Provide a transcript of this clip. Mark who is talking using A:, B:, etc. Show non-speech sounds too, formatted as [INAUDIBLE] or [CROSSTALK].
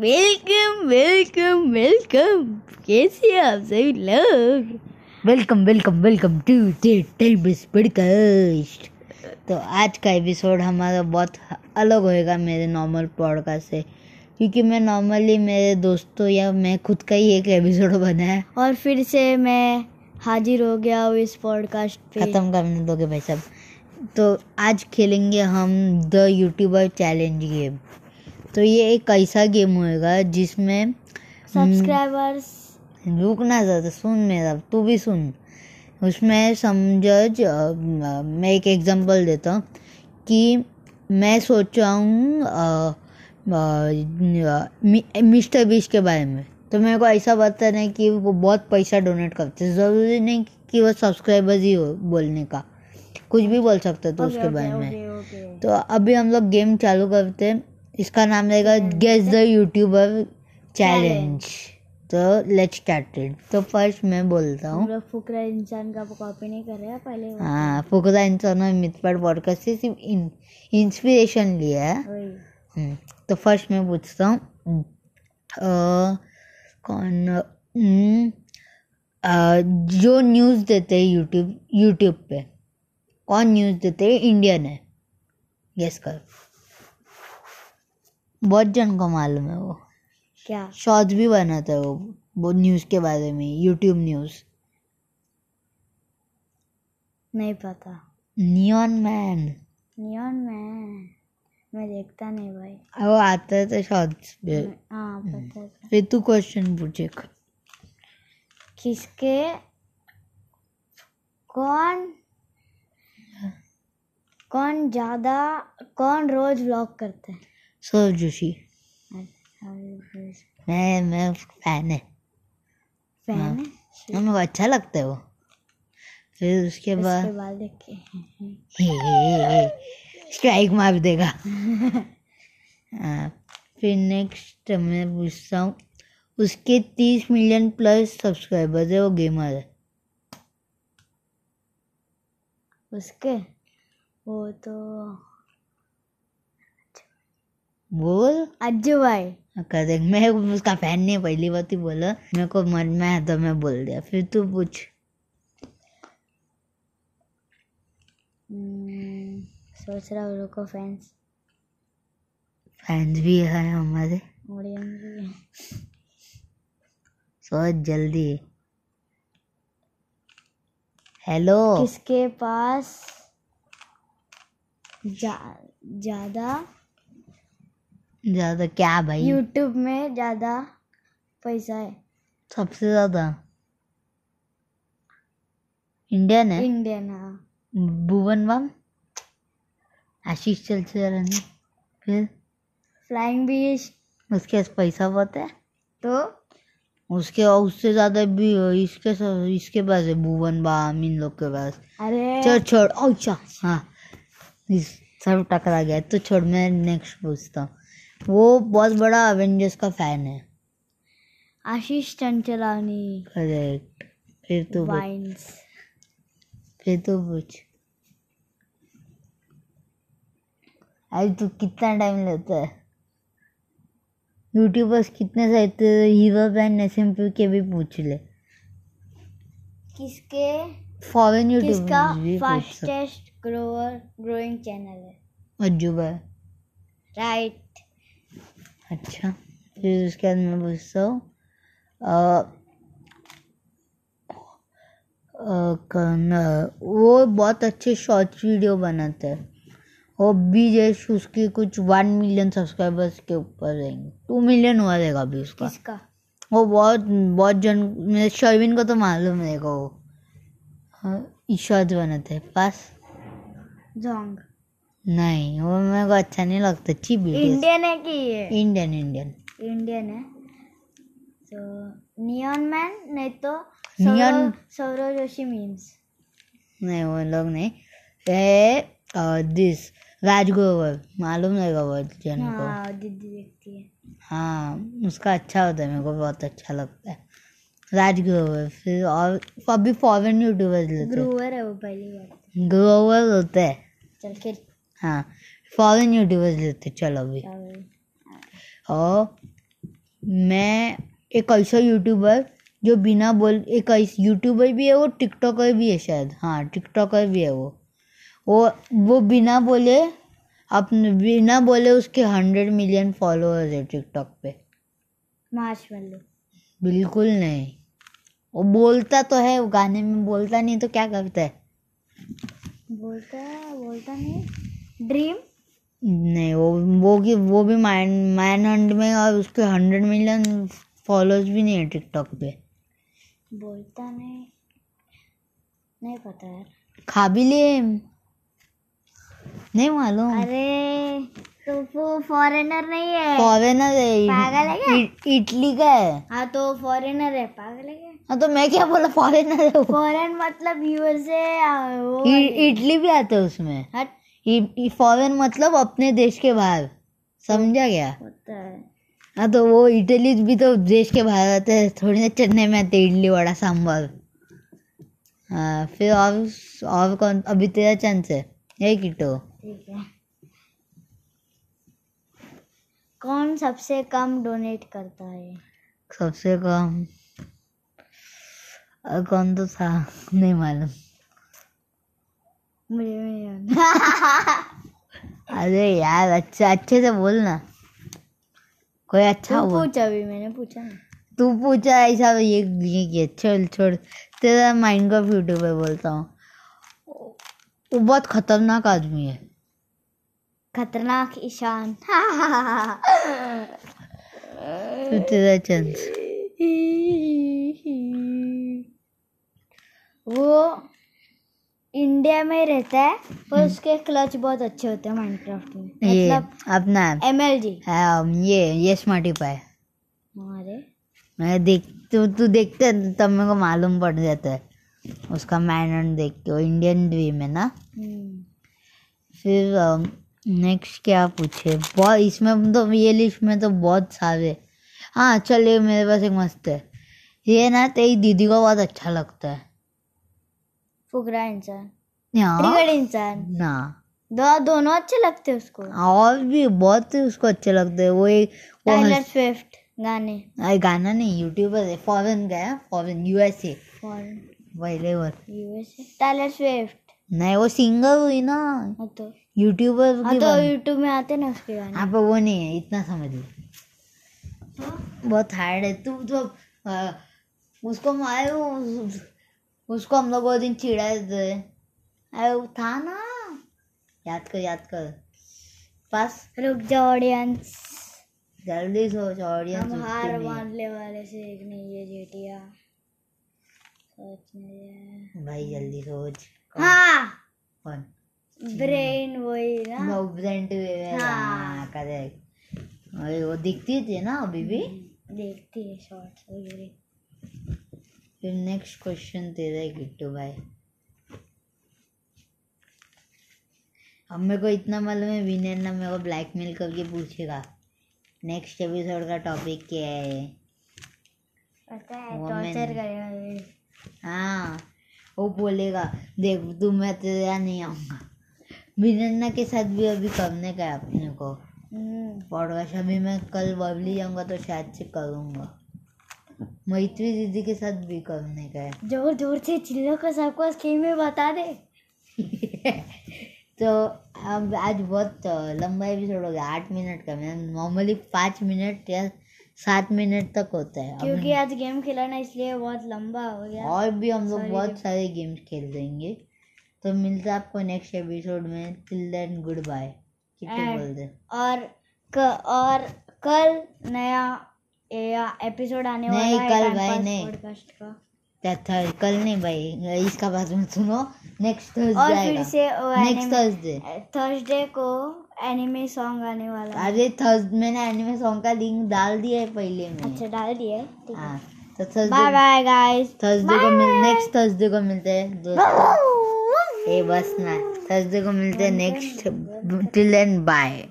A: Welcome welcome welcome कैसे हैं आप सभी लोग
B: welcome welcome welcome to Tables podcast तो आज का एपिसोड हमारा बहुत अलग होएगा मेरे नॉर्मल पॉडकास्ट से क्योंकि मैं नॉर्मली मेरे दोस्तों या मैं खुद का ही एक एपिसोड बनाया
A: और फिर से मैं हाजिर हो गया हूँ इस पॉडकास्ट पे
B: ख़त्म करने दोगे भाई साहब तो आज खेलेंगे हम द यूट्यूबर चैलेंज गेम तो ये एक ऐसा गेम होएगा जिसमें
A: हम्म। सब्सक्राइबर्स
B: रुकना ज़्यादा सुन मेरा तू भी सुन उसमें समझ अ, अ, मैं एक एग्जांपल देता हूँ कि मैं सोच रहा हूँ अ, अ, मि- मिस्टर बीस के बारे में तो मेरे को ऐसा बताना है कि वो बहुत पैसा डोनेट करते हैं ज़रूरी नहीं कि वो सब्सक्राइबर्स ही हो बोलने का कुछ भी बोल सकते हो तो उसके बारे में तो अभी हम लोग गेम चालू करते हैं इसका नाम रहेगा गेस द यूट्यूबर चैलेंज तो लेट्स स्टार्ट तो फर्स्ट मैं बोलता
A: हम
B: हूँ
A: लोग फुकरा इंसान का कॉपी नहीं कर रहे हैं पहले वो-
B: हाँ फुकरा इंसान और मितपड़ पॉडकास्ट से सिर्फ इंस्पिरेशन लिया है
A: वही।
B: हम्म, तो फर्स्ट मैं पूछता हूँ हम्म, अ, कौन हम्म, अ, जो न्यूज़ देते हैं यूट्यूब यूट्यूब पे कौन न्यूज़ देते हैं इंडियन है गेस कर बहुत जन को मालूम है वो
A: क्या
B: शॉर्ट्स भी बनाता है वो वो न्यूज़ के बारे में यूट्यूब न्यूज़
A: नहीं पता
B: नियॉन मैन
A: नियॉन मैं मैं देखता नहीं भाई
B: वो आता है तो शॉर्ट्स पे
A: मैं- हाँ पता है।
B: फिर तू क्वेश्चन पूछे
A: किसके कौन कौन ज्यादा कौन रोज व्लॉग करते अच्छा,
B: सौरभ जोशी
A: हैं फैन
B: मैं मैं फैन है हाँ।
A: है
B: हाँ, मेरे को अच्छा लगता है वो फिर
A: उसके
B: उसके बाद
A: बाल देख के
B: [LAUGHS] स्ट्राइक मार देगा हाँ, फिर नेक्स्ट मैं पूछता हूँ उसके तीस मिलियन प्लस सब्सक्राइबर्स है वो गेमर है
A: उसके वो तो
B: बोल
A: अज्जू भाई
B: कर देख मैं उसका फैन नहीं पहली बात ही बोला मेरे को मन में है तो मैं बोल दिया फिर तू पूछ
A: हम्म, सोच रहा हूँ रुको फ्रेंड्स
B: फैंस भी है हमारे
A: ऑडियंस भी है।
B: सोच जल्दी हेलो
A: किसके पास जा- ज्यादा
B: ज़्यादा क्या भाई
A: यूट्यूब में ज्यादा पैसा है
B: सबसे ज्यादा इंडियन है
A: इंडियन हाँ
B: भुवन बम आशीष चलचरानी फिर
A: फ्लाइंग बीच
B: उसके पास पैसा बहुत है
A: तो
B: उसके और उससे ज्यादा भी इसके सा- इसके पास है भुवन बम इन लोग के पास
A: अरे
B: चल छोड़ अच्छा हाँ इस सब टकरा गया तो छोड़ मैं नेक्स्ट पूछता हूँ वो बहुत बड़ा अवेंजर्स का फैन है
A: आशीष चंचलानी
B: करेक्ट फिर तो
A: वाइन्स
B: फिर तो पूछ अरे तू कितना टाइम लेता है यूट्यूबर्स कितने सारे तो hero band S M P के भी पूछ ले
A: किसके
B: फॉरेन यूट्यूब
A: किसका
B: तो भी पूछ सकते
A: फास्टेस्ट ग्रोअर ग्रोइंग चैनल है
B: अजूबा है
A: राइट
B: अच्छा फिर उसके बाद मैं पूछता हूँ अ, अ, कौन, अ, वो बहुत अच्छे शॉर्ट्स वीडियो बनाते हैं वो बीजेश उसके कुछ वन मिलियन सब्सक्राइबर्स के ऊपर रहेंगे टू मिलियन हुआ रहेगा अभी उसका
A: किसका
B: वो बहुत बहुत जन मेरे शर्विन को तो मालूम रहेगा वो हाँ, इशाद बनाते हैं पास
A: जोंग
B: नहीं वो मेरे को अच्छा नहीं लगता अच्छी वीडियो
A: इंडियन है कि ये
B: इंडियन इंडियन
A: इंडियन है तो नियॉन मैन नहीं तो
B: Neon-
A: सौरव सौरव जोशी मीम्स
B: नहीं वो लोग नहीं ए और दिस राजगोवर मालूम रहेगा वो जन को
A: हाँ दीदी देखती है
B: हाँ उसका अच्छा होता है मेरे को बहुत अच्छा लगता है राजगोवर फिर और अभी फॉरेन यूट्यूबर्स लेते हैं
A: ग्रोवर है वो पहली बार
B: ग्रोवर होते हैं
A: चल के
B: हाँ फॉरेन यूट्यूबर्स लेते हैं, चलो अभी
A: चावल
B: और मैं एक ऐसा यूट्यूबर जो बिना बोल एक ऐसा यूट्यूबर भी है वो टिकटॉकर भी है शायद हाँ टिकटॉकर भी है वो वो वो बिना बोले अपने बिना बोले उसके हंड्रेड मिलियन फॉलोअर्स है टिकटॉक पे
A: मार्शमेलो
B: बिल्कुल नहीं वो बोलता तो है वो गाने में बोलता नहीं तो क्या करता है
A: बोलता है बोलता नहीं ड्रीम
B: नहीं वो वो कि वो भी माइंड मैन हंड में और उसके हंड्रेड मिलियन फॉलोअर्स भी नहीं है टिकटॉक पे
A: बोलता नहीं नहीं पता यार
B: खा भी लिए नहीं मालूम
A: अरे तो वो फॉरेनर नहीं है
B: फॉरेनर है
A: पागल है क्या?
B: इ- इटली का है
A: हाँ तो फॉरेनर है पागल है क्या
B: हाँ तो मैं क्या बोला फॉरेनर है वो
A: फॉरेन मतलब यूएसए वो
B: इ- इटली भी आता है उसमें
A: हट
B: फॉरेन मतलब अपने देश के बाहर समझा गया
A: होता है
B: हाँ तो वो इटली भी तो देश के बाहर आते हैं थोड़ी ना चेन्नई में आते हैं इडली वड़ा सांभर हाँ फिर और और कौन अभी तेरा चांस है तो। ये किटो
A: ठीक है कौन सबसे कम डोनेट करता है
B: सबसे कम और कौन तो था नहीं मालूम
A: मुझे भी नहीं मालूम।
B: अरे यार अच्छा अच्छे से बोल ना कोई अच्छा
A: तू
B: बोल
A: पूछा अभी मैंने पूछा ना
B: तू पूछा ऐसा ये ये ये छोड़ छोड़ तेरा माइंड का यूट्यूब पे बोलता हूँ वो बहुत खतरनाक आदमी है
A: खतरनाक ईशान
B: तो तेरा चांस
A: वो इंडिया में रहता है पर उसके क्लच बहुत अच्छे होते हैं माइनक्राफ्ट में
B: हम्म। ये
A: मतलब
B: अपना
A: एम एल जी
B: अम, ये ये स्मार्टी पाए
A: हमारे
B: मैं देख तू तू देखते है, तब मेरे को मालूम पड़ जाता है उसका मैनर देख के वो इंडियन ड्रीम है ना
A: हम्म।
B: फिर नेक्स्ट क्या पूछे बहुत इसमें तो ये लिस्ट में तो बहुत सारे हाँ चल ये मेरे पास एक मस्त है ये ना तेरी दीदी को बहुत अच्छा लगता है
A: फुकरा इंसान
B: हाँ
A: ट्रिगर्ड इंसान
B: ना
A: दो दोनों अच्छे लगते हैं उसको
B: और भी बहुत उसको अच्छे लगते हैं वो एक हाँ, वो हंस-
A: टाइलर स्विफ्ट गाने
B: अरे गाना नहीं यूट्यूबर है हाँ, फॉरेन गया फॉरेन यूएसए पहले वो
A: यूएसए टाइलर स्विफ्ट
B: नहीं वो सिंगर हुई ना
A: हाँ तो
B: यूट्यूबर
A: हाँ
B: की
A: तो
B: बन-
A: यूट्यूब में आते ना उसके गाने
B: हाँ पर वो नहीं है इतना समझ ले
A: हाँ?
B: बहुत हार्ड है तू तो आ, उसको मारे उस- उसको हम लोग वो दिन चिढ़ाए थे अरे वो था ना याद कर याद कर बस
A: रुक जाओ ऑडियंस
B: जल्दी सोच ऑडियंस
A: हम हार मानने वाले से एक नहीं है जेटिया सोचने दे।
B: भाई जल्दी सोच
A: हाँ
B: कौन
A: ब्रेन वही ना
B: नोब्रेंट
A: हाँ।
B: करेक्ट अरे वो दिखती थी ना अभी भी
A: हम्म। देखती है शॉर्ट्स वगैरह
B: फिर नेक्स्ट क्वेश्चन तेरा है गिट्टू भाई अब मेरे को इतना मालूम है विनर ना मेरे को ब्लैकमेल करके पूछेगा नेक्स्ट एपिसोड का टॉपिक क्या है
A: पता है
B: Woman.
A: टॉर्चर करेगा ये।
B: हाँ वो बोलेगा देख तू मैं तेरा नहीं आऊँगा विनन्ना के साथ भी अभी करने का है अपने को
A: हम्म,
B: पॉडकास्ट अभी मैं कल बबली जाऊंगा तो शायद से करूंगा मैत्री दीदी के साथ भी करने का है
A: जोर जोर से चिल्लो को सबको स्कीम में बता दे
B: तो अब आज बहुत अ, लंबा एपिसोड हो गया आठ मिनट का मेरा नॉर्मली पाँच मिनट या सात मिनट तक होता है अब
A: क्योंकि आज गेम खेलना इसलिए बहुत लंबा हो गया
B: और भी हम लोग
A: Sorry.
B: बहुत सारे गेम्स खेल देंगे तो मिलते हैं आपको नेक्स्ट एपिसोड में टिल देन गुड बाय कितने
A: And-
B: बोल दे
A: और क, और कल नया एपिसोड आने वाला
B: नहीं,
A: है
B: कल
A: Time
B: भाई,
A: Pass
B: नहीं।
A: podcast का
B: तथा तो कल नहीं भाई इसका बाद में सुनो नेक्स्ट
A: और फिर
B: थर्सडे
A: से वो
B: नेक्स्ट
A: anime-
B: थर्सडे
A: थर्सडे को एनिमे सॉन्ग आने वाला है
B: अरे थर्स मैंने एनिमे सॉन्ग का लिंक डाल दिया है पहले
A: अच्छा
B: में
A: डाल दिया है ठीक है
B: हाँ
A: बाय
B: तो थर्सडे
A: बाय गाइस
B: थर्सडे को मिल नेक्स्ट थर्सडे को मिलते हैं दोस्तों ए बस ना थर्सडे को मिलते हैं नेक्स्ट टिल एंड बाय